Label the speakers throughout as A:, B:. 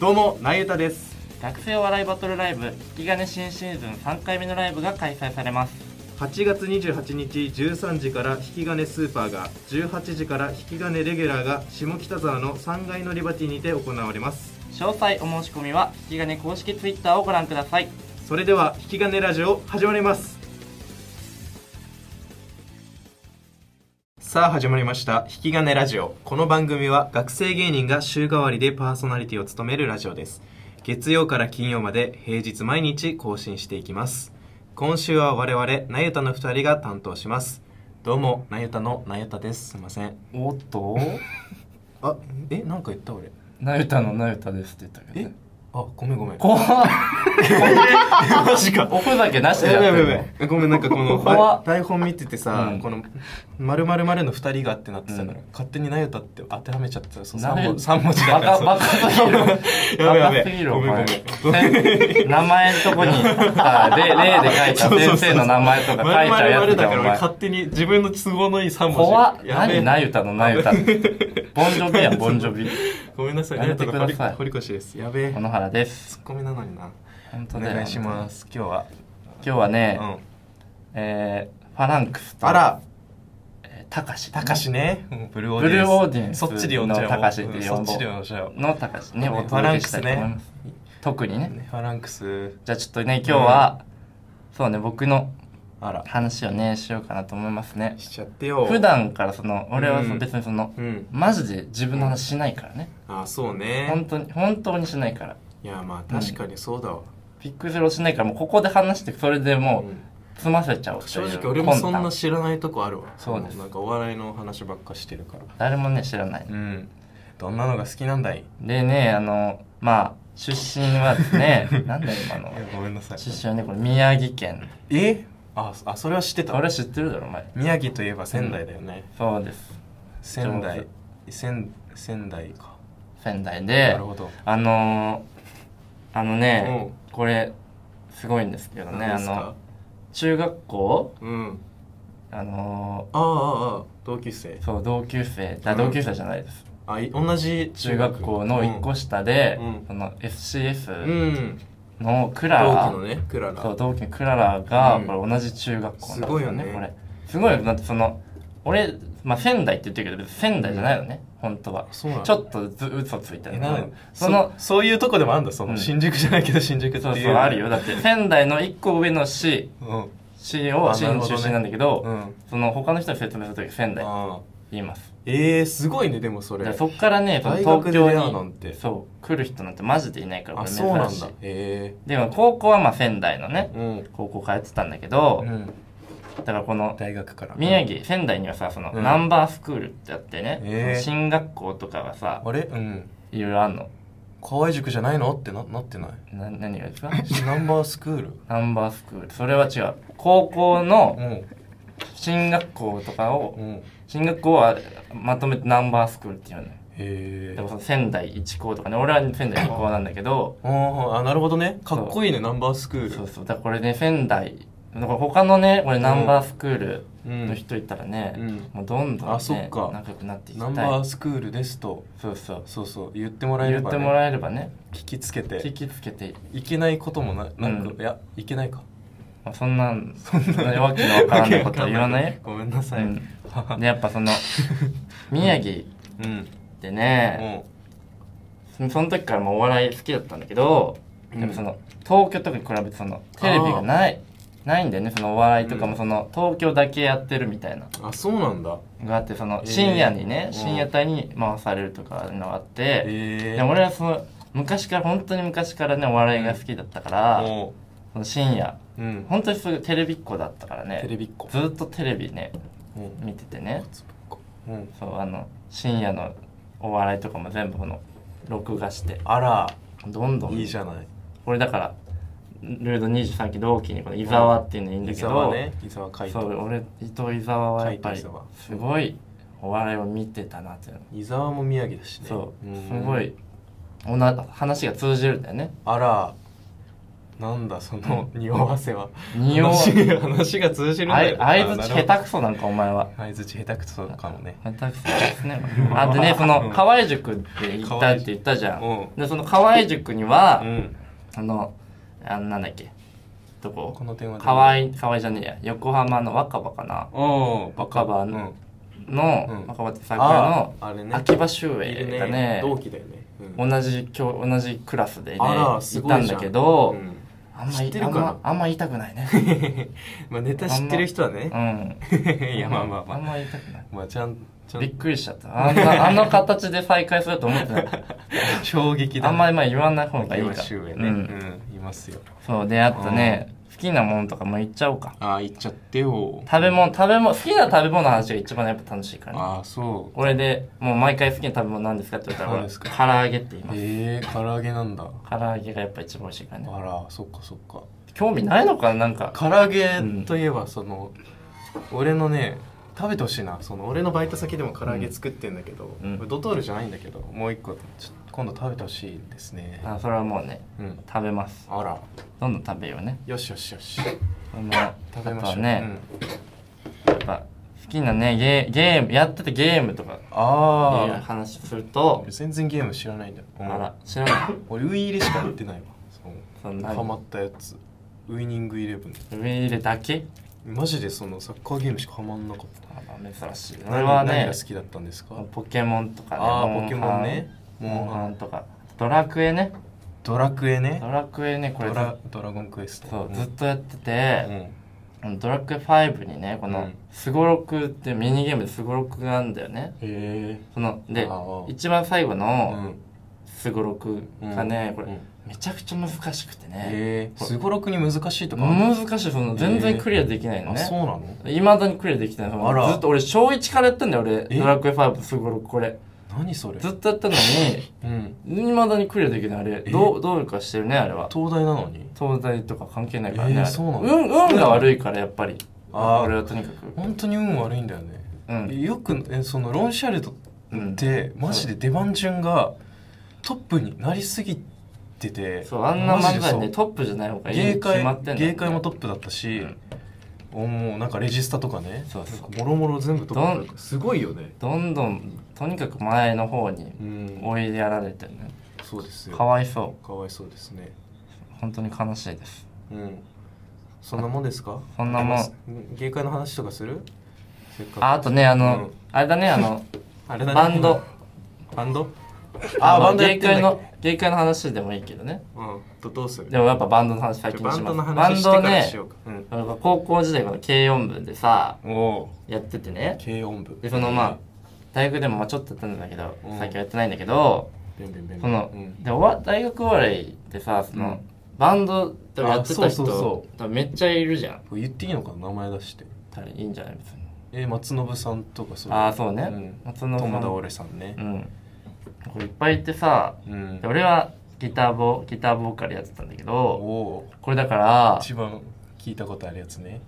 A: どうもなゆたです
B: 学生お笑いバトルライブ引き金新シーズン3回目のライブが開催されます
A: 8月28日13時から引き金スーパーが18時から引き金レギュラーが下北沢の3階のリバティにて行われます
B: 詳細お申し込みは引き金公式 Twitter をご覧ください
A: それでは引き金ラジオ始まりますさあ始まりました「引き金ラジオ」この番組は学生芸人が週替わりでパーソナリティを務めるラジオです月曜から金曜まで平日毎日更新していきます今週は我々なゆたの2人が担当しますどうもなゆたのなゆたですすいません
B: おっと
A: あえなんか言った俺
B: なゆたのなゆたですって言ったけ
A: えあごめんごめん
B: 怖っ
A: マジか
B: おふざけなしで
A: や
B: やっ
A: ば
B: て
A: いやばい
B: る
A: やばいごめんなんかこの
B: 怖
A: あ
B: っ
A: 台本見ててさ、
B: うん
A: この「まるまるの2人が」ってなってたから、
B: うん
A: 勝手に「なよた」って当てはめちゃってたそう
B: なよ
A: 3, 文字だから
B: バカバカすぎる
A: やべや
B: バカすぎ
A: べ
B: る
A: ご
B: お
A: めんご
B: 前
A: めん
B: 名前のとこに さ例例で書いた先生の名前とか書いちゃうや
A: る
B: つ
A: だ
B: だ
A: から
B: お
A: 俺
B: 前
A: 勝手に自分の都合のいい3文字
B: 怖っ
A: やべえ
B: 何なゆたのなゆたボンジョビやんボンジョビ
A: ごめんなさい
B: や
A: なよ
B: め
A: たが
B: てく
A: 堀
B: ださい
A: 堀越ですやべえ
B: 小野原です
A: ツッコミなのにな
B: 本当
A: お
B: だよ
A: 願いします今日は、
B: 今日はね、
A: うん、
B: えーファランクスと
A: あら
B: えーたかし
A: たかしねうんブルーオー
B: ブ
A: ディエン
B: ル
A: ス
B: ーオーディエンス
A: そっちで呼んじゃおう
B: のたかしって呼ぼう
A: うんそっちで呼んじゃおう
B: のたかしね
A: ね
B: お届けしたいと思います、特にね
A: ねファランクス
B: じゃあちょっとね今日は、そうね僕の
A: あら
B: 話をねしようかなと思いますね
A: しちゃってよ
B: 普段からその俺はそ
A: うん
B: 別にその、
A: うん
B: マジで自分の話しないからね
A: あそう
B: 本
A: ね
B: 当に本当にしないから
A: いやまあ確かにそうだわ、
B: ピックゼロしないからもうここで話してそれでも
A: うん
B: う済ませちゃおうってい
A: 正
B: う
A: 直俺もそん
B: 魂
A: な
B: 胆
A: 知らないとこあるわ
B: そうです
A: なんかお笑いの話ばっかしてるから
B: 誰もね知らない
A: うんどんなのが好きなんだい
B: でねあのまあ出身はで すねなんだよ今の
A: いやごめんなさい
B: 出身はねこれ宮城県
A: えあそあそれは知ってた
B: 俺知ってるだろお前
A: 宮城といえば仙台だよね、
B: そうです
A: 仙
B: 上
A: 台仙仙台か
B: 仙台
A: な
B: で
A: るほど
B: あのー、あのね
A: う
B: これすごいんですけどね
A: 何
B: あ
A: ですか
B: の中学校
A: うん
B: あの
A: ああああ同級生
B: ー、そう同級生
A: う
B: あ
A: ん
B: 同級生じゃないです
A: あい同じ
B: 中学校の一個下で、
A: うんうん
B: その
A: うん、
B: FCS
A: うん、
B: のクラ
A: 同
B: ラ、
A: 期のねクララ
B: そう同期のクララが、
A: うん
B: これ同じ中学校なんです
A: ごいよ
B: よ
A: ね
B: ねこれすごいよだってその俺、まあ、仙台って言ってるけど別に仙台じゃないのね、本当は
A: そうなの
B: ちょっとず嘘ついた
A: え
B: よ
A: な
B: ね
A: ん
B: その
A: そそういうとこでもあるんだその、
B: うん
A: 新宿じゃないけど新宿っていう
B: そうそうあるよだって仙台の1個上の市
A: うん
B: 市を
A: あ
B: 市
A: なる
B: の
A: ほどね
B: 出身なんだけど
A: うん
B: その他の人に説明するとき仙台
A: ああ
B: 言います
A: えー、すごいねでもそ
B: だか
A: れ
B: らそっからねその
A: 大学
B: 東
A: で出
B: 京
A: 会う
B: に
A: なんて
B: そう来る人なんてマジでいないから
A: あ
B: これ
A: そうな
B: 珍
A: ん
B: し
A: だ
B: い
A: え
B: でも高校はまあ仙台のね
A: えうん、
B: 高校通ってたんだけど
A: うん、
B: だからこの
A: 大学から
B: 宮城仙台にはさその
A: うん
B: ナンバースクールってあってね、
A: へえ
B: その進学校とかがさ
A: あれうん
B: いろいろあんの
A: 河合塾じゃないのってななってない
B: な何がですか
A: ナンバースクール
B: ナンバースクールそれは違う高校の
A: うん
B: 進学校とかを
A: うんへ
B: 進学校はまとめてナンバースクールっていうのよ
A: え
B: でもその仙台一高とかね俺は仙台2高なんだけど
A: ああなるほどねかっこいいねナンバースクール
B: そうそうだからこれね仙台だから他のねこれナンバースクール
A: うん
B: の人いたらね、
A: うん
B: もうどんどん、ね、
A: あそっか
B: 仲良くなっていき
A: ナ
B: た
A: ンバ
B: い
A: ースクールですと
B: そうそう
A: そうそう言ってもらえれ
B: 言っ
A: ば、
B: て
A: ね、
B: もらえればね
A: 聞きつけ
B: 聞
A: て
B: きつけて
A: いけないこともななんか、
B: うん
A: いやいけないか
B: まあ、そんなそんなわけのわからないことは言わないよ
A: ごめんなさい、
B: う
A: うんん、
B: でやっ ぱその宮城ってね、
A: も
B: そその時からもうお笑い好きだったんだけど、
A: うん
B: でもその東京とかに比べてそのテレビがないないんだよねそのお笑いとか
A: うん
B: もその、東京だけやってるみたいな
A: うあそうなんだ
B: のがあってその
A: えー
B: 深夜にね、
A: うん
B: 深夜帯に回されるとかいうのがあって、
A: ええ
B: で俺はその昔から本当に昔からねお笑いが好きだったから、
A: も
B: その深夜
A: う、うん、
B: 本当にすぐテレビっ子だったからね
A: テレビっ子
B: ずっとテレビね
A: うん
B: 見ててね
A: うん、
B: そうあの深夜のお笑いとかも全部この録画して
A: あら
B: どんどん
A: いいじゃない
B: 俺だからルード23期同期にこの伊沢っていうのいいんだ
A: 伊
B: けど、
A: 沢ね伊沢海
B: そう
A: 人
B: 俺伊藤伊沢はやっぱり
A: 海
B: す
A: 人伊沢
B: ごいお笑いを見てたなっていうの、
A: 伊沢も宮城だしね
B: そう
A: うん
B: すごいおな話が通じるんだよね
A: あらなんだその匂わせは
B: 匂わ
A: 話話が通じるんだよ
B: あい相づち
A: あなる
B: 下手くそなんかお前は
A: ほど相づち下手くそかもね
B: 下手くそです ねあでねその河合塾って行ったって言ったじゃ
A: 河合
B: ん
A: 塾
B: でその河合塾には、
A: うん
B: あのあのなんだっけどこ
A: この点は
B: 河
A: い
B: 合河合じゃねえや横浜の若葉かな
A: おバカ
B: 若葉
A: うん
B: のの、
A: うん
B: 若葉って桜
A: あーあれね
B: の秋葉修
A: い
B: 英
A: る
B: がね
A: ね同期だよねうん
B: 同じ教同じクラスでねい
A: あらすご
B: た
A: い
B: ん
A: じゃ
B: だ
A: ん
B: けど、
A: うん
B: あんま
A: 知
B: り
A: って
B: あ
A: る
B: ん
A: かな
B: まあんま言いたくないね
A: まあネタ知ってる人はね
B: うん
A: いやまあまあま
B: あ
A: あ
B: んま言いたくない
A: まあちゃんちゃ
B: びっ
A: ん
B: くりしちゃったあんなあの形で再開すると思ってない
A: 衝撃だ
B: あんまりまあ言わない方がいいか
A: 今
B: ら
A: 周辺
B: う
A: ね
B: ん、
A: うんいますよ
B: そうであとね好きなものとかも言っちゃおうか
A: ああ行っちゃってよ
B: 食べ物食べ物好きな食べ物の話が一番やっぱ楽しいからね
A: ああそ
B: これでもう毎回好きな食べ物なんですかって言ったら
A: 何
B: 俺
A: ですか
B: 唐揚げって言いうます
A: ええ唐揚げなんだ
B: 唐揚げがやっぱ一番美味しいからね
A: あらそっかそっか
B: 興味ないのかななんか
A: 唐揚げといえばその、俺のね食べてほしいなその俺のバイト先でも唐揚げ作ってんだけど、
B: うん
A: これドトールじゃないんだけどもう一個ちょっと今度食べてほしいですね
B: あそれはもうね
A: うん
B: 食べます
A: あら
B: どんどん食べようね
A: よしよしよし
B: このあ
A: 食べま
B: と
A: しょ
B: は
A: う
B: ね、やっぱ好きなねゲーゲームやっててゲームとかって
A: うん
B: いう
A: あ
B: 話する
A: あ
B: と
A: 全然ゲーム知らないんだよ、うん
B: あら知らない
A: 俺ウイイレしかやってないわ
B: そん
A: そう
B: な
A: ハマ
B: 上
A: ったやつウイニングイレブン
B: 入れだけ
A: マジでそのサッカーゲームしかハマんなかった
B: あら珍しい俺
A: 何
B: は
A: 何
B: ね
A: が好きだったんですか
B: ポケモンとかね
A: ああ
B: モン
A: ポケモンね
B: ハンモンハ
A: も
B: ンとかドラクエね
A: うドラクエね
B: ドラクエねこれ
A: ド
B: ず
A: ラドラゴンクエスト
B: そう
A: うん
B: ずっとやってて、
A: う
B: ドラクエ5にねこ
A: う
B: の
A: ん
B: すごろくってミニゲームでスゴロクがあるんだよね
A: ん、へ
B: そので
A: あー
B: 一番最後
A: え、う
B: の
A: ん、
B: スゴロクがね、これ、
A: うん
B: めちゃくちゃ難しくてね、
A: へえすごろくに難しいとかある
B: 難しいその全
A: え
B: 然
A: ー
B: クリアできないの
A: あそう
B: ね
A: なの
B: いまだにクリアできてないそ
A: あら
B: のずっと俺小1からやってんだよ俺
A: え
B: ドラクエ5スゴロクこれ
A: 何それ
B: ずっとやったのに
A: うん
B: いまだにクリアできないあれどうどうかしてるねあれは
A: 東大なのに
B: 東大とか関係ないからね、
A: えー
B: あれ
A: そうなんだ
B: 運運が悪いからやっぱり
A: あー
B: 俺はとにかく
A: 本当に運悪いんだよね、
B: うん
A: よくえそのロンシャルド
B: うん
A: って、マジで出番順がトップになりすぎてて
B: そうあんな漫才
A: マジ
B: ね
A: で
B: トップじゃない方がいい
A: 芸
B: に決まってんだ
A: 会
B: よね
A: 芸会もトップだったし、もうなんかレジスタとかね
B: そうそう
A: もろもろ全部トッ
B: ど
A: プすごいよね
B: どんどんとにかく前の方に
A: うん
B: 追いやられてね
A: そうですよ
B: かわいそ
A: かわいそうですね
B: う本当に悲しいです
A: うんそんなもんですか
B: そんなもん
A: ん芸会の話とかするせっかく
B: ああとねあの、
A: うん
B: あれだねあの
A: あれだね
B: バンド
A: バンド
B: あの
A: やって
B: 芸
A: んだ
B: 会
A: っけ
B: の芸会の話でもいいけどね
A: うんどどうする
B: でもやっぱバンドの話先にします
A: バンドの話してからしようか、うん
B: バンドね高校時代から軽音部でさ
A: おお
B: やっててね
A: 軽音部
B: でそのまあ大学でもまあちょっとやったんだけど、
A: うん
B: 最近はやってないんだけど
A: ベンベンベンベン
B: その、
A: うん
B: で終わ大学終わりでさその、
A: うん
B: バンドでもやってた
A: あ
B: 人
A: そうそうそ
B: 多分めっちゃいるじゃん
A: これ言っていいのかな名前出して
B: 誰いいんじゃない別に
A: えー松信さんとかそう
B: ああそうね、
A: ん
B: 松野さん
A: 友田俺さんね
B: うんこれいっぱいいてさ
A: うん
B: で俺はギターボギターボーカルやってたんだけ
A: お
B: ど
A: お
B: これだから
A: 一番聞いたことあるやつね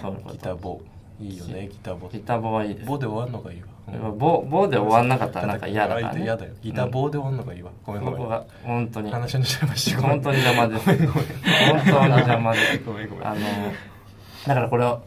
B: そういうこ
A: ギ
B: と
A: ターボいいよねギターボ
B: ギターボーはいいです
A: ボで終わんのがいいわ
B: 俺はボボーで終わんなかったらなんか嫌だから
A: 相手
B: ね
A: 嫌だよギターボで終わんのがいいわごめん
B: こ
A: ご
B: こ
A: めん
B: が本当に 本
A: 話のちゃいました
B: 当に邪魔です本当に邪魔です
A: ごめんごめんごめんごめん
B: あのだからこれを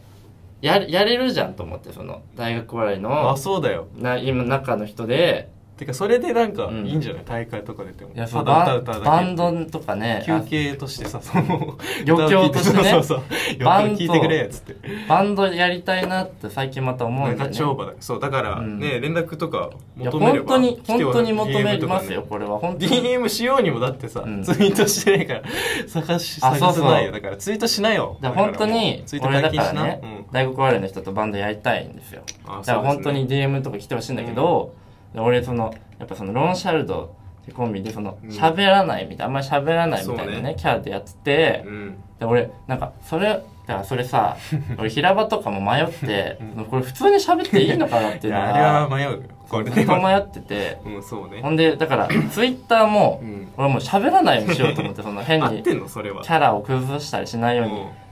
B: ややれるじゃんと思ってその大学笑い
A: あ
B: の
A: そうだよ
B: な今中の人で
A: てかそれでなんか
B: うん
A: いいんじゃない大会とか出ても
B: いやそう
A: ただ
B: バ
A: 歌
B: ン
A: う歌うだけ
B: バンドとかね
A: 休憩としてさその
B: 余興としてね
A: そうそうそう
B: バ
A: 余
B: ン
A: 興
B: ド
A: 聞いてくれっつって
B: あバンドやりたいなって最近また思う
A: なん
B: ん
A: か
B: だよね
A: 長馬だそうだから
B: うん
A: ね連絡とか
B: いや
A: 求めれ
B: 本
A: ば
B: 当に
A: 来
B: 本
A: ては
B: 当に求めますよ
A: DM とかね
B: これは本当に
A: DM しようにもだってさ
B: うん
A: ツイートしてないから探し
B: あそう
A: 探
B: そ
A: せ
B: う
A: ないよだからツイートしなよ
B: だ
A: だ
B: から
A: から
B: 本当に
A: もうツイート解
B: 俺だ
A: 禁
B: か
A: し
B: ら
A: な
B: ね
A: うん
B: 大学ワールの人とバンドやりたいんですよ
A: あ
B: だから本当に DM とか来てほしいんだけど、で俺そのやっぱそのロンシャルドってコンビでその
A: うん
B: 喋らないみたいな、あんまり喋らないみたいな
A: そう
B: ね
A: ね
B: キャラでやってて、
A: うん
B: で俺なんかそれだからそ れさ俺平場とかも迷って、これ普通に喋っていいのかなって
A: い
B: いうの
A: やあれは
B: が
A: 迷うよこれ
B: ず
A: で
B: っと
A: も
B: 迷ってて
A: うんそうね
B: ほんでだからツイッターも、
A: うん
B: 俺もう喋らないようにしようと思ってその変
A: 合
B: に
A: ってんのそれは
B: キャラを崩したりしないよう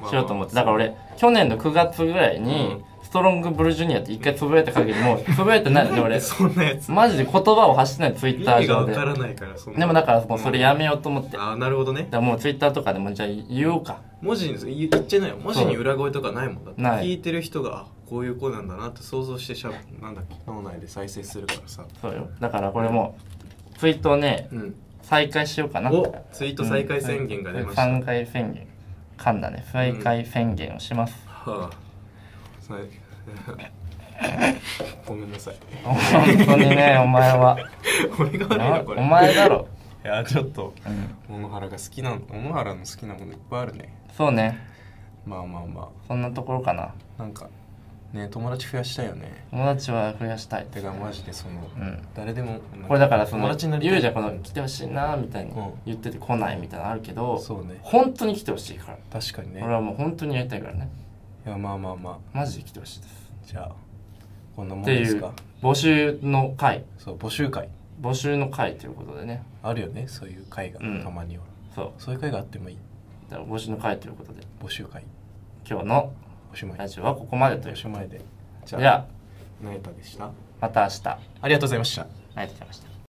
B: にしようと思ってだから俺去年の9月ぐらい
A: うん
B: にストロングブルジュニアって一回つぶやいた限りもうつぶやいてない のね俺
A: そんなやつ
B: マジで言葉を発してないツイ
A: 意
B: ッター
A: 味が
B: 上
A: わから
B: で
A: ないからそんな
B: でもだからもうそれやめようと思ってだか
A: ああなるほどね
B: らもうツイッターとかでもじゃあ言おうか
A: 文字に言言っちゃいないよ文字に裏声とかないもんだって
B: ない
A: 聞いてる人があこういう声なんだなって想像してしゃなんだっけ脳内で再生するからさ
B: そうよだからこれもうツイートをね
A: うん
B: 再開しようかな
A: おツイート再開宣言が出ました、
B: 3回宣言噛んだね再開宣言をします、
A: はあはい ごめんなさい
B: 本当にねお前は
A: 俺が悪いなこれ
B: お前だろ、
A: いやちょっと
B: うん、
A: 小野原が好きなの小野原の好きなものいっぱいあるね
B: そうね
A: まあまあま
B: そんなところかな
A: あなんかね友達増やしたいよね
B: 友達は増やしたい
A: てかマジでその、
B: うん
A: 誰でも
B: これだからそ
A: 友
B: の
A: 達になりたい
B: 言うじゃんこの来てほしいなみたいに
A: うん
B: 言ってて来ないみたいなのあるけど、
A: そうね
B: 本当に来てほしいから、
A: 確かにね
B: 俺はもう本当にやりたいからね
A: いやまあまあま
B: マジで来てほしいです
A: あじゃあこんなもん
B: って
A: で
B: い
A: す
B: う
A: か
B: 募集の回
A: そう募集会
B: 募集の回ということでね
A: あるよねそういう会が、
B: うん
A: たまには
B: そう
A: そういう会があってもいい
B: だから募集の回ということで
A: 募集会
B: 今日の
A: おしまい
B: ラジオはここまでとい
A: お
B: う
A: しまいでじ
B: じゃあ
A: 成田でした
B: また明日あり
A: ありがとうございました
B: がとうございました